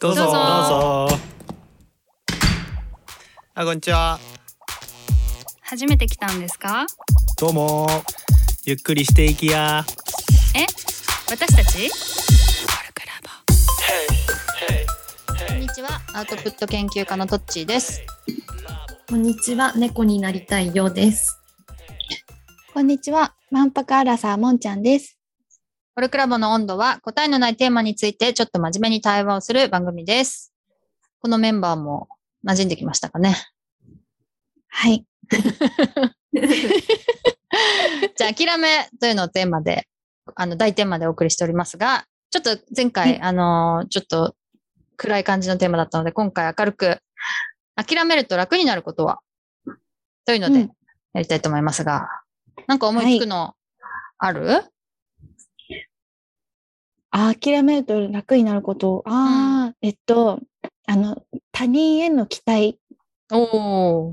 どうぞどうぞあこんにちは初めて来たんですかどうもゆっくりしていきやえ私たちこんにちは、アウトプット研究家のトッチーです。こんにちは、猫になりたいようです。こんにちは。万博アラサーもんちゃんです。ホルクラボの温度は答えのないテーマについてちょっと真面目に対話をする番組です。このメンバーも馴染んできましたかね。はい。じゃあ、諦めというのをテーマで、あの、大テーマでお送りしておりますが、ちょっと前回、あのーちょっと暗い感じのテーマだったので、今回明るく、諦めると楽になることはというのうでん、やりたいと思いますが、なんか思いつくのある、あ、諦めると楽になること。ああ、えっと、あの、他人への期待おー。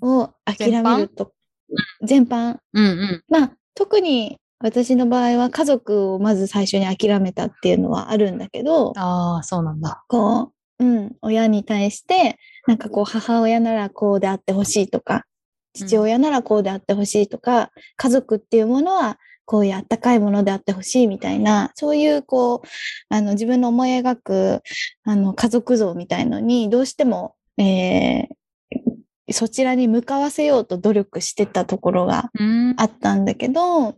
を諦めると。全般うんうん。まあ、特に私の場合は家族をまず最初に諦めたっていうのはあるんだけど、ああ、そうなんだ。こう、うん、親に対して、なんかこう、母親ならこうであってほしいとか、父親ならこうであってほしいとか、家族っていうものはこういうあったかいものであってほしいみたいな、そういうこう、あの、自分の思い描く、あの、家族像みたいのに、どうしても、えーそちらに向かわせようと努力してたところがうん。あったんだけど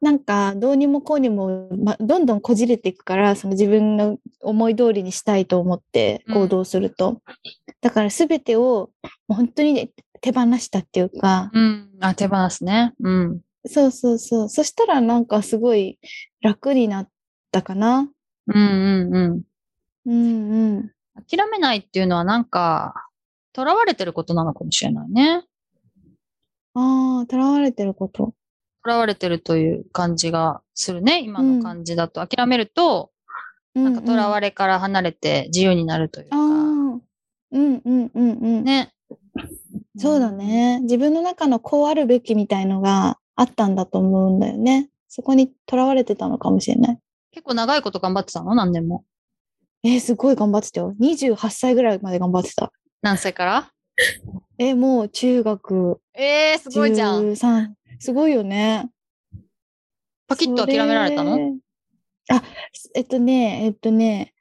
なんかどうにもこうにも、ま、どんどんこじれていくからその自分の思い通りにしたいと思って行動すると、だから全てをもう本当にね手放したっていうか、うん。あ、手放すね。うん。そうそうそうそしたらなんかすごい楽になったかな。うんうんうん。うんうん、諦めないっていうのはなんか、囚われてることなのかもしれないね。ああとらわれてること。囚われてるという感じがするね。今の感じだと。諦めると、なんか囚われれから離れて自由になるというか。ああうんうんうんうん。ね。そうだね。自分の中のこうあるべきみたいのがあったんだと思うんだよね。そこにとらわれてたのかもしれない。うん。結構長いこと頑張ってたの何年も。えーすごい頑張ってたよ。28歳ぐらいまで頑張ってた。何歳からえーもう中学ええすごいじゃん。 13。すごいよね。パキッと諦められたそのあ、えっとね、えっとね、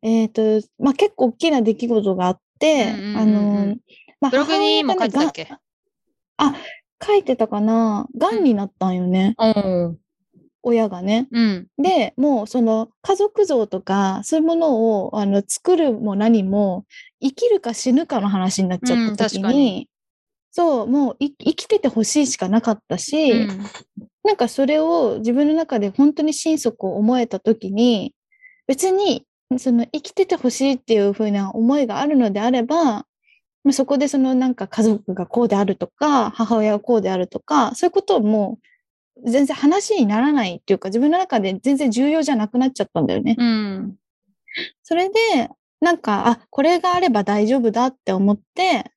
えっと、まあ、結構大きな出来事があって、うんうんうんうんあの、まあ、ブログにも書いてたっけ、書いてたかな癌になったんよね、おー親がね。うん。でもうその家族像とかそういうものをあの作るも何も生きるか死ぬかの話になっちゃった時うん確に,、かにそうもうい生きててほしいしかなかったし、うんなんかそれを自分の中で本当に心底思えた時に別にその生きててほしいっていう風な思いがあるのであればまあそこでそのなんか家族がこうであるとか母親がこうであるとかそういうことをもう全然話にならないっていうか自分の中で全然重要じゃなくなっちゃったんだよね。うん。それでなんかあこれがあれば大丈夫だって思って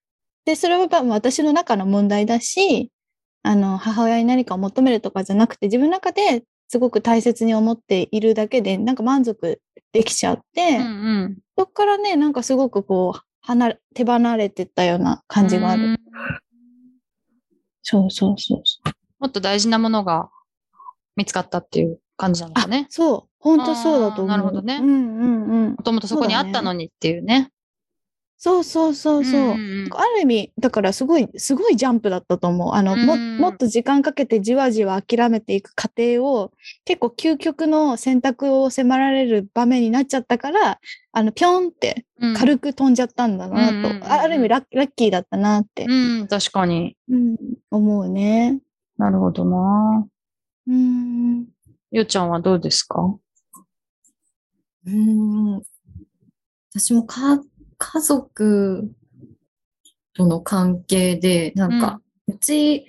でそれはまあ私の中の問題だしあの母親に何かを求めるとかじゃなくて自分の中ですごく大切に思っているだけでなんか満足できちゃっうんて、うんそこからねなんかすごくこう離れ手離れてったような感じがある。うんそうそうそうそう。もっと大事なものが見つかったっていう感じなのかね。そう本当そうだと思あう。ーなるほどねうんうんうんも。ともとそこにあったのにっていうね。そうそうそうそう。んんんある意味だからすごいすごいジャンプだったと思うあのもうんもっと時間かけてじわじわ諦めていく過程を結構究極の選択を迫られる場面になっちゃったからあのピョンってうん軽く飛んじゃったんだなと、うんうんうんうんあある意味ラッラッキーだったなって、うん、確かに。うん思うね。なるほどな。うんゆうちゃんはどうですかうーん。私もか、家族との関係で、なんか、うち、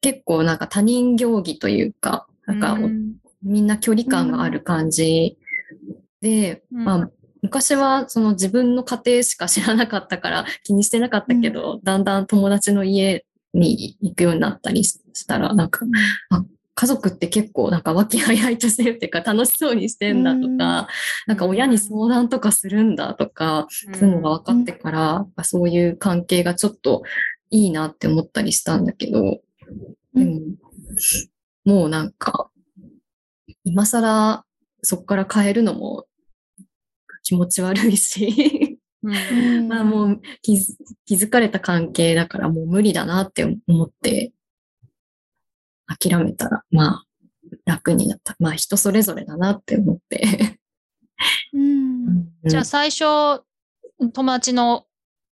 結構なんか他人行儀というか、なんか、うんみんな距離感がある感じで、うんまあ、昔はその自分の家庭しか知らなかったから気にしてなかったけど、だんだん友達の家に行くようになったりししたら、なんか、あ、家族って結構なんか和気あいあいとしてるっていうか楽しそうにしてんだとうんか、なんか親に相談とかするんだとか、そういうのが分かってから、そういう関係がちょっといいなって思ったりしたんだけど、うでんも、もうなんか、今更そこから変えるのも気持ち悪 いし、うんまあもう気づ気づかれた関係だからもう無理だなって思って、諦めたら、まあ楽になった。まあ人それぞれだなって思って。うん じゃあ最初、友達の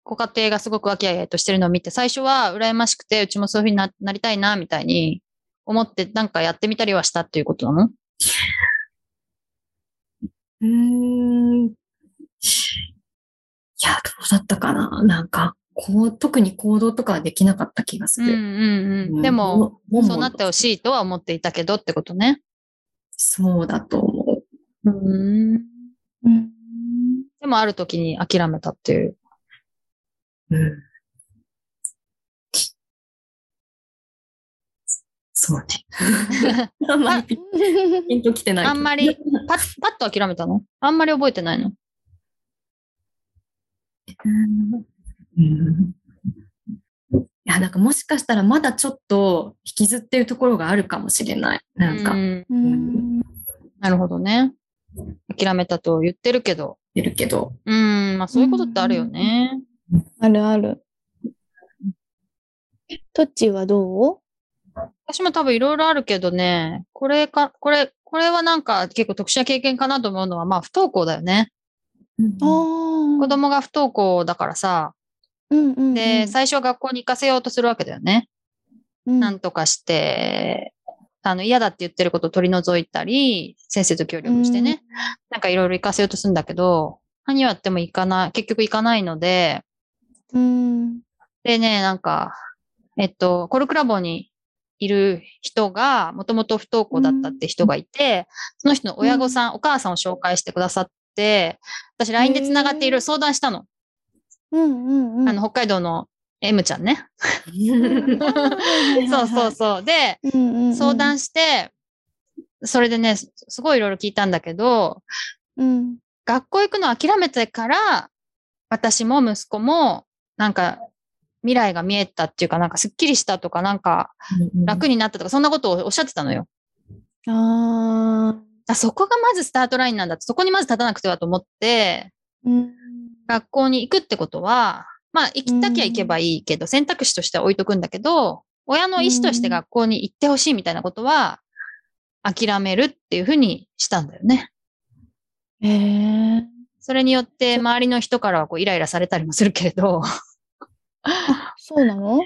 ご家庭がすごく和気あいあいとしてるのを見て、最初は羨ましくて、うちもそういうふうにななりたいな、みたいに思って、なんかやってみたりはしたっていうことなのうーん。いや、どうだったかななんか、こう、特に行動とかはできなかった気がすうんうる。んう。うんんでも、、もそうなってほい。しいとは思っていたけどってことね。そうだと思う。うん。うんでも、ある時に諦めたっていう。うん。そ うね。あんまりピピンときてない。あんまり。パッ、パッと諦めたのあんまり覚えてないのうんいや、なんかもしかしたらまだちょっと引きずってるところがあるかもしれない。なんか、う言っうんなるほどね。諦めたと言ってるけど。てるけど。うん、まあそういうことってあるよね。あるある。トッチーはどう私も多分いろいろあるけどね、これか、これ、これはなんか結構特殊な経験かなと思うのは、まあ不登校だよね。子子供が不登校だからさ、うんうんうん、で、最初は学校に行かせようとするわけだよね。うんなんとかして、あの、嫌だって言ってることを取り除いたり、先生と協力してね、なんかいろいろ行かせようとするんだけど、何をやっても行かない、結局行かないので、うんでね、なんか、えっと、コルクラボにいる人が、もともと不登校だったって人がいて、その人の親御さん、お母さんを紹介してくださって、私 LINE で繋がっていろいろ相談したの。うんうんうんあの、北海道の M ちゃんね。そうそうそう。で、うんうんうん相談して、それでね、すすごいいろいろ聞いたんだけど、うん学校行くの諦めてから、私も息子も、なんか、未来が見えたっていうか、なんかすっきりしたとか、なんか、楽になったとか、そんなことをおっしゃってたのよ。ああだそこがまずスタートラインなんだって、そこにまず立たなくてはと思って、うん学校に行くってことは、まあ、行きたきゃ行けばいいけど、選択肢としては置いとくんだけど、親の意思として学校に行ってほしいみたいなことは、諦めるっていうふうにしたんだよね。へえそれによって、周りの人からはこうイライラされたりもするけれど、 そうなの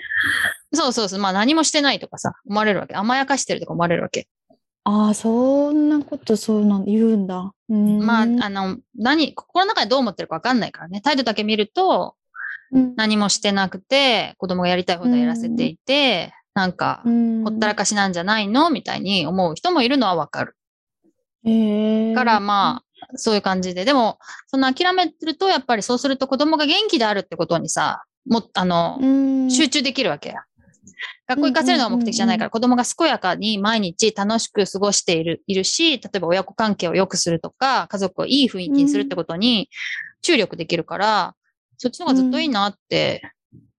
そうそうそう、まあ何もしてないとかさ、思われるわけ。甘やかしてるとか思われるわけ。ああそんなことそうなん言うんだうんまあ、あの、何、心の中でどう思ってるか分かんないからね。態度だけ見ると、うん何もしてなくて、子供がやりたい放題やらせていて、なんか、うんほったらかしなんじゃないのみたいに思う人もいるのは分かる。へえから、まあ、そういう感じで。でも、その諦めてると、やっぱりそうすると子供が元気であるってことにさ、もっと、あの、うん集中できるわけや。学校行かせるのが目的じゃないから、子供が健やかに毎日楽しく過ごしているいるし、例えば親子関係を良くするとか、家族をいい雰囲気にするってことに注力できるから、そっちの方がずっといいなって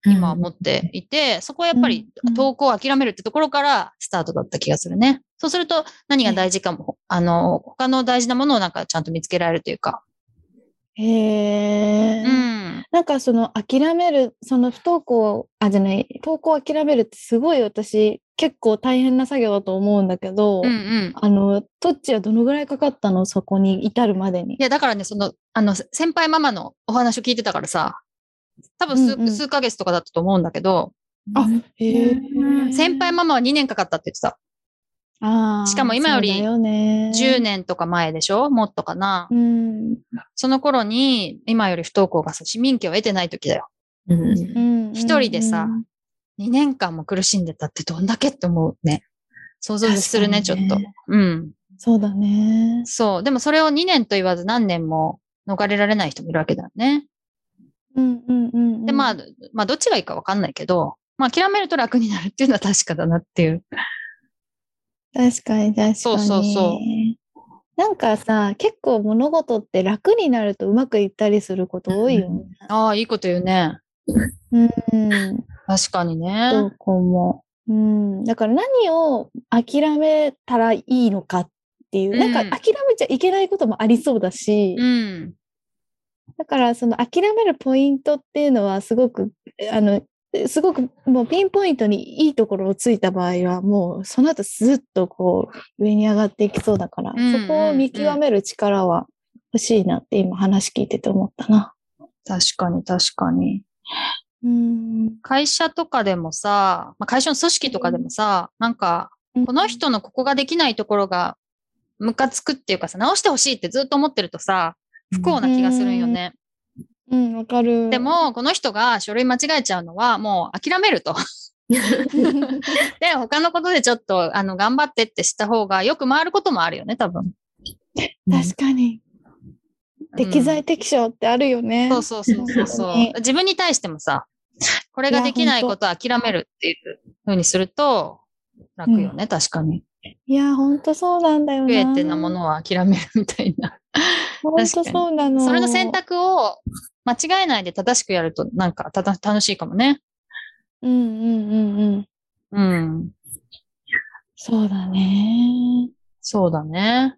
今思っていて、そこはやっぱりうん投稿を諦めるってところからスタートだった気がするね。そうすると何が大事かも、あの、他の大事なものをなんかちゃんと見つけられるというか。へえうん。なんかその諦めるその不登校あじゃない不登校を諦めるってすごい私結構大変な作業だと思うんだけど、うんうん。あのトッチはどのぐらいかかったのそこに至るまでにい。や、だからね、その、あの、せ先輩ママのお話を聞いてたからさ、多分数,、うんうん数ヶ月とかだったと思うんだけど、あへうん先輩ママは2年かかったって言ってた。あーしかも今よりそうだよね10年とか前でしょもっとかな。うんその頃に、今より不登校がさ、市民権を得てない時だよ。うんうん一人でさ2年間も苦しんでたってどんだけって思うね。想像するね、ちょ確かっにねと。うん。そうだね。そう。でもそれを2年と言わず何年も逃れられない人もいるわけだよね。うんうんうんうんで、まあ、まあ、どっちがいいかわかんないけど、まあ、諦めると楽になるっていうのは確かだなっていう。確かに確かに。。そうそうそうなんかさ、結構物事って楽になるとうまくいったりすること多いよね。ああ、いいこと言うね。うん。確かにどね。こも。うん。だから何を諦めたらいいのかっていう、なんうんか諦めちゃいけないこともありそうだし、うん。だからその諦めるポイントっていうのはすごく、あの、すごくもうピンポイントにいいところをついた場合はもうその後スッとこう上に上がっていきそうだから、うんそこを見極める力は欲しいなって今話聞いてて思ったな。確かに確かに。うん。会社とかでもさ、まあ、会社の組織とかでもさ、なんか、この人のここができないところがムカつくっていうかさ、直してほしいってずっと思ってるとさ、不幸な気がするんよね。うん、わかる。で、 も、この人が書類間違えちゃうのはもう諦めると。 で、他のことでちょっと、あの、頑張ってってした方がよく回ることもあるよね、多分。確かに。適材適所ってあるよね。そうそうそうそうそ 本当にう。自分に対してもさ、これができないことは諦めるっていうふうにすると、楽よね、確かに。いや、ほんとそうなんだよ不な。えてなものは諦めるみたいな。ほんとそうなの。それの選択を間違えないで正しくやると、なんかたた楽しいかもね。うんうんうんうん。うん。そうだね。そうだね。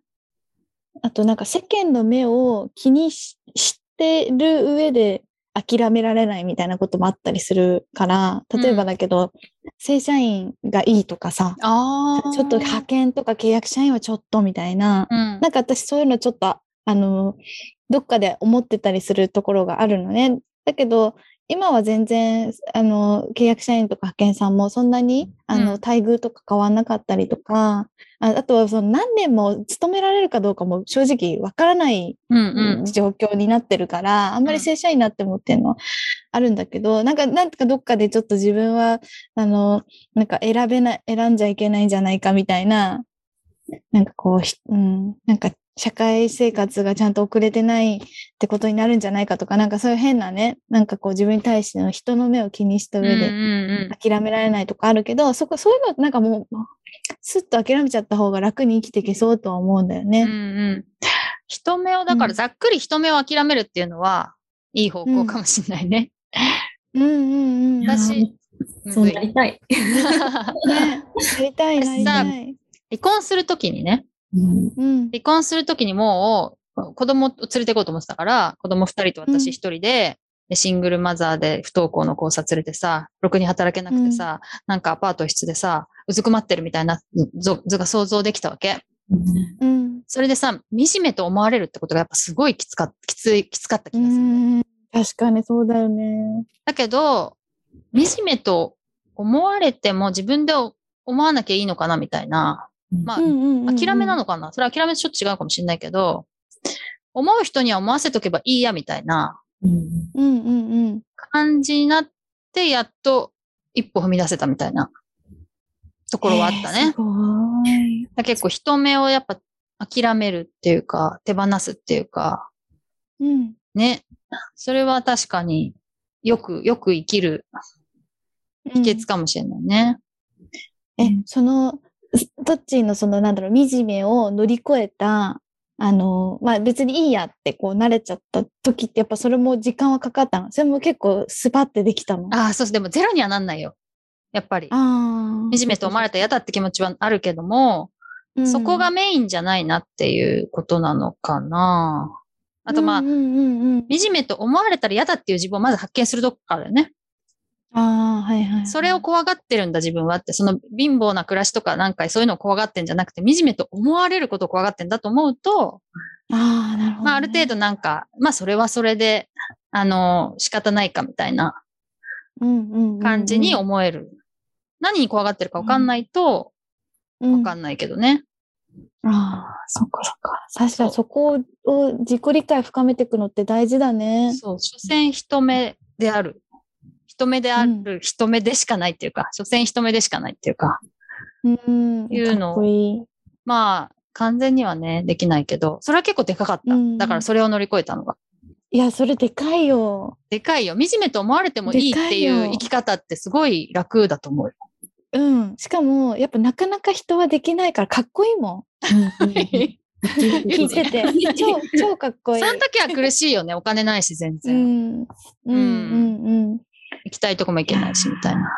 あとなんか世間の目を気にししてる上で諦められないみたいなこともあったりするから、例えばだけど、正社員がいいとかさ、ああ。ちょっと派遣とか契約社員はちょっとみたいな、うん。なんか私そういうのちょっと、あの、どっかで思ってたりするところがあるのね。だけど、今は全然、あの、契約社員とか派遣さんもそんなに、あの、うん待遇とか変わんなかったりとか、ああとはその何年も勤められるかどうかも正直わからないうんうん。状況になってるから、あんまり正社員になってもっていうのはあるんだけど、なんか、なんかどっかでちょっと自分は、あの、なんか選べない、選んじゃいけないんじゃないかみたいな、なんかこうひ、うん、なんか社会生活がちゃんと遅れてないってことになるんじゃないかとか、なんかそういう変なね、なんかこう自分に対しての人の目を気にしたうん上でうん諦められないとかあるけど、そこ、そういうのなんかもう、スッと諦めちゃった方が楽に生きていけそうとは思うんだようん。うね。んうん。人目を、だからざっくり人目を諦めるっていうのは、いい方向かもしれないね。うんうんうん。私むそうずいなりたい。 ね、なりたい、な私りさたい。離婚するときにね、うんうん。離婚するときにもう子供を連れて行こうと思ってたから、子供二人と私一人で、でシングルマザーで不登校の子をさ連れてさ、ろくに働けなくてさ、なんかアパート室でさ、うずくまってるみたいな図図が想像できたわけ。うんうん。それでさ、惨めと思われるってことがやっぱすごいきつかっきつい、きつかった気うがする。ん。確かにそうだよね。だけど、惨めと思われても自分で思わなきゃいいのかなみたいな。まあ、諦めなのかなそれ諦めとちょっと違うかもしれないけど、思う人には思わせとけばいいやみたいな うんうんうんうん。感じになって、やっと一歩踏み出せたみたいなところはあったえーねす。ごい。だから結構人目をやっぱ諦めるっていうか、手放すっていうか、うん。ね。それは確かによく、よく生きるうん秘訣かもしれないね。え、その、すトッチーのその、なんだろう、惨めを乗り越えた、あの、まあ、別にいいやって、こう、慣れちゃった時って、やっぱそれも時間はかかったの。それも結構スパってできたの。ああ、そうそう。でもゼロにはなんないよ。やっぱり。あ惨めと思われたら嫌だって気持ちはあるけども、れそこが、メインじゃないなっていうことなのかな。あとまあ、うんうんうんうん。惨めと思われたら嫌だっていう自分をまず発見するとこからだよね。ああ、はいはいはい。それを怖がってるんだ自分はって、その貧乏な暮らしとかなんかそういうのを怖がってんじゃなくて、惨めと思われることを怖がってんだと思うと、ああ、なるほどね。まあある程度なんか、まあそれはそれで、あの、仕方ないかみたいなうんうんうんうん感じに思える。何に怖がってるかわかんないと、わかんないけどね。ああ、そっかそっか。確かにそこを自己理解深めていくのって大事だね。そう、所詮人目である。人目である、人目でしかないっていうか、所詮人目でしかないっていうか、うん。いうのかっこいい。まあ、完全にはね、できないけど、それは結構でかかった。うんだからそれを乗り越えたのが。いや、それでかいよ。でかいよ。惨めと思われてもいいってでかいいうよ生き方ってすごい楽だと思うよ。うん。しかも、やっぱなかなか人はできないからかっこいいもうんうんいん。聞いてて。超、超かっこいい。その時は苦しいよね。お金ないし、全う然。ん。うんうんうん。行きたいとこも行けないし、みたいな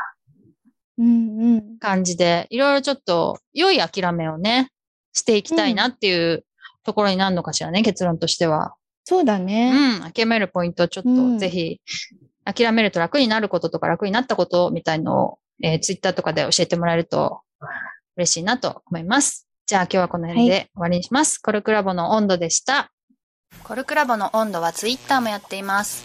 うんうん。感じで、いろいろちょっと良い諦めをね、していきたいなっていうところになるのかしらね、結論としては。そうだね。うん、諦めるポイントをちょっうとんぜひ、諦めると楽になることとか楽になったことみたいのを、えー、ツイッターとかで教えてもらえると嬉しいなと思います。じゃあ今日はこの辺で終わりにします。コルクラボの温度でした。コルクラボの温度はツイッターもやっています。